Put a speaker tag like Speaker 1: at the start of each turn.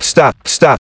Speaker 1: Stop, stop,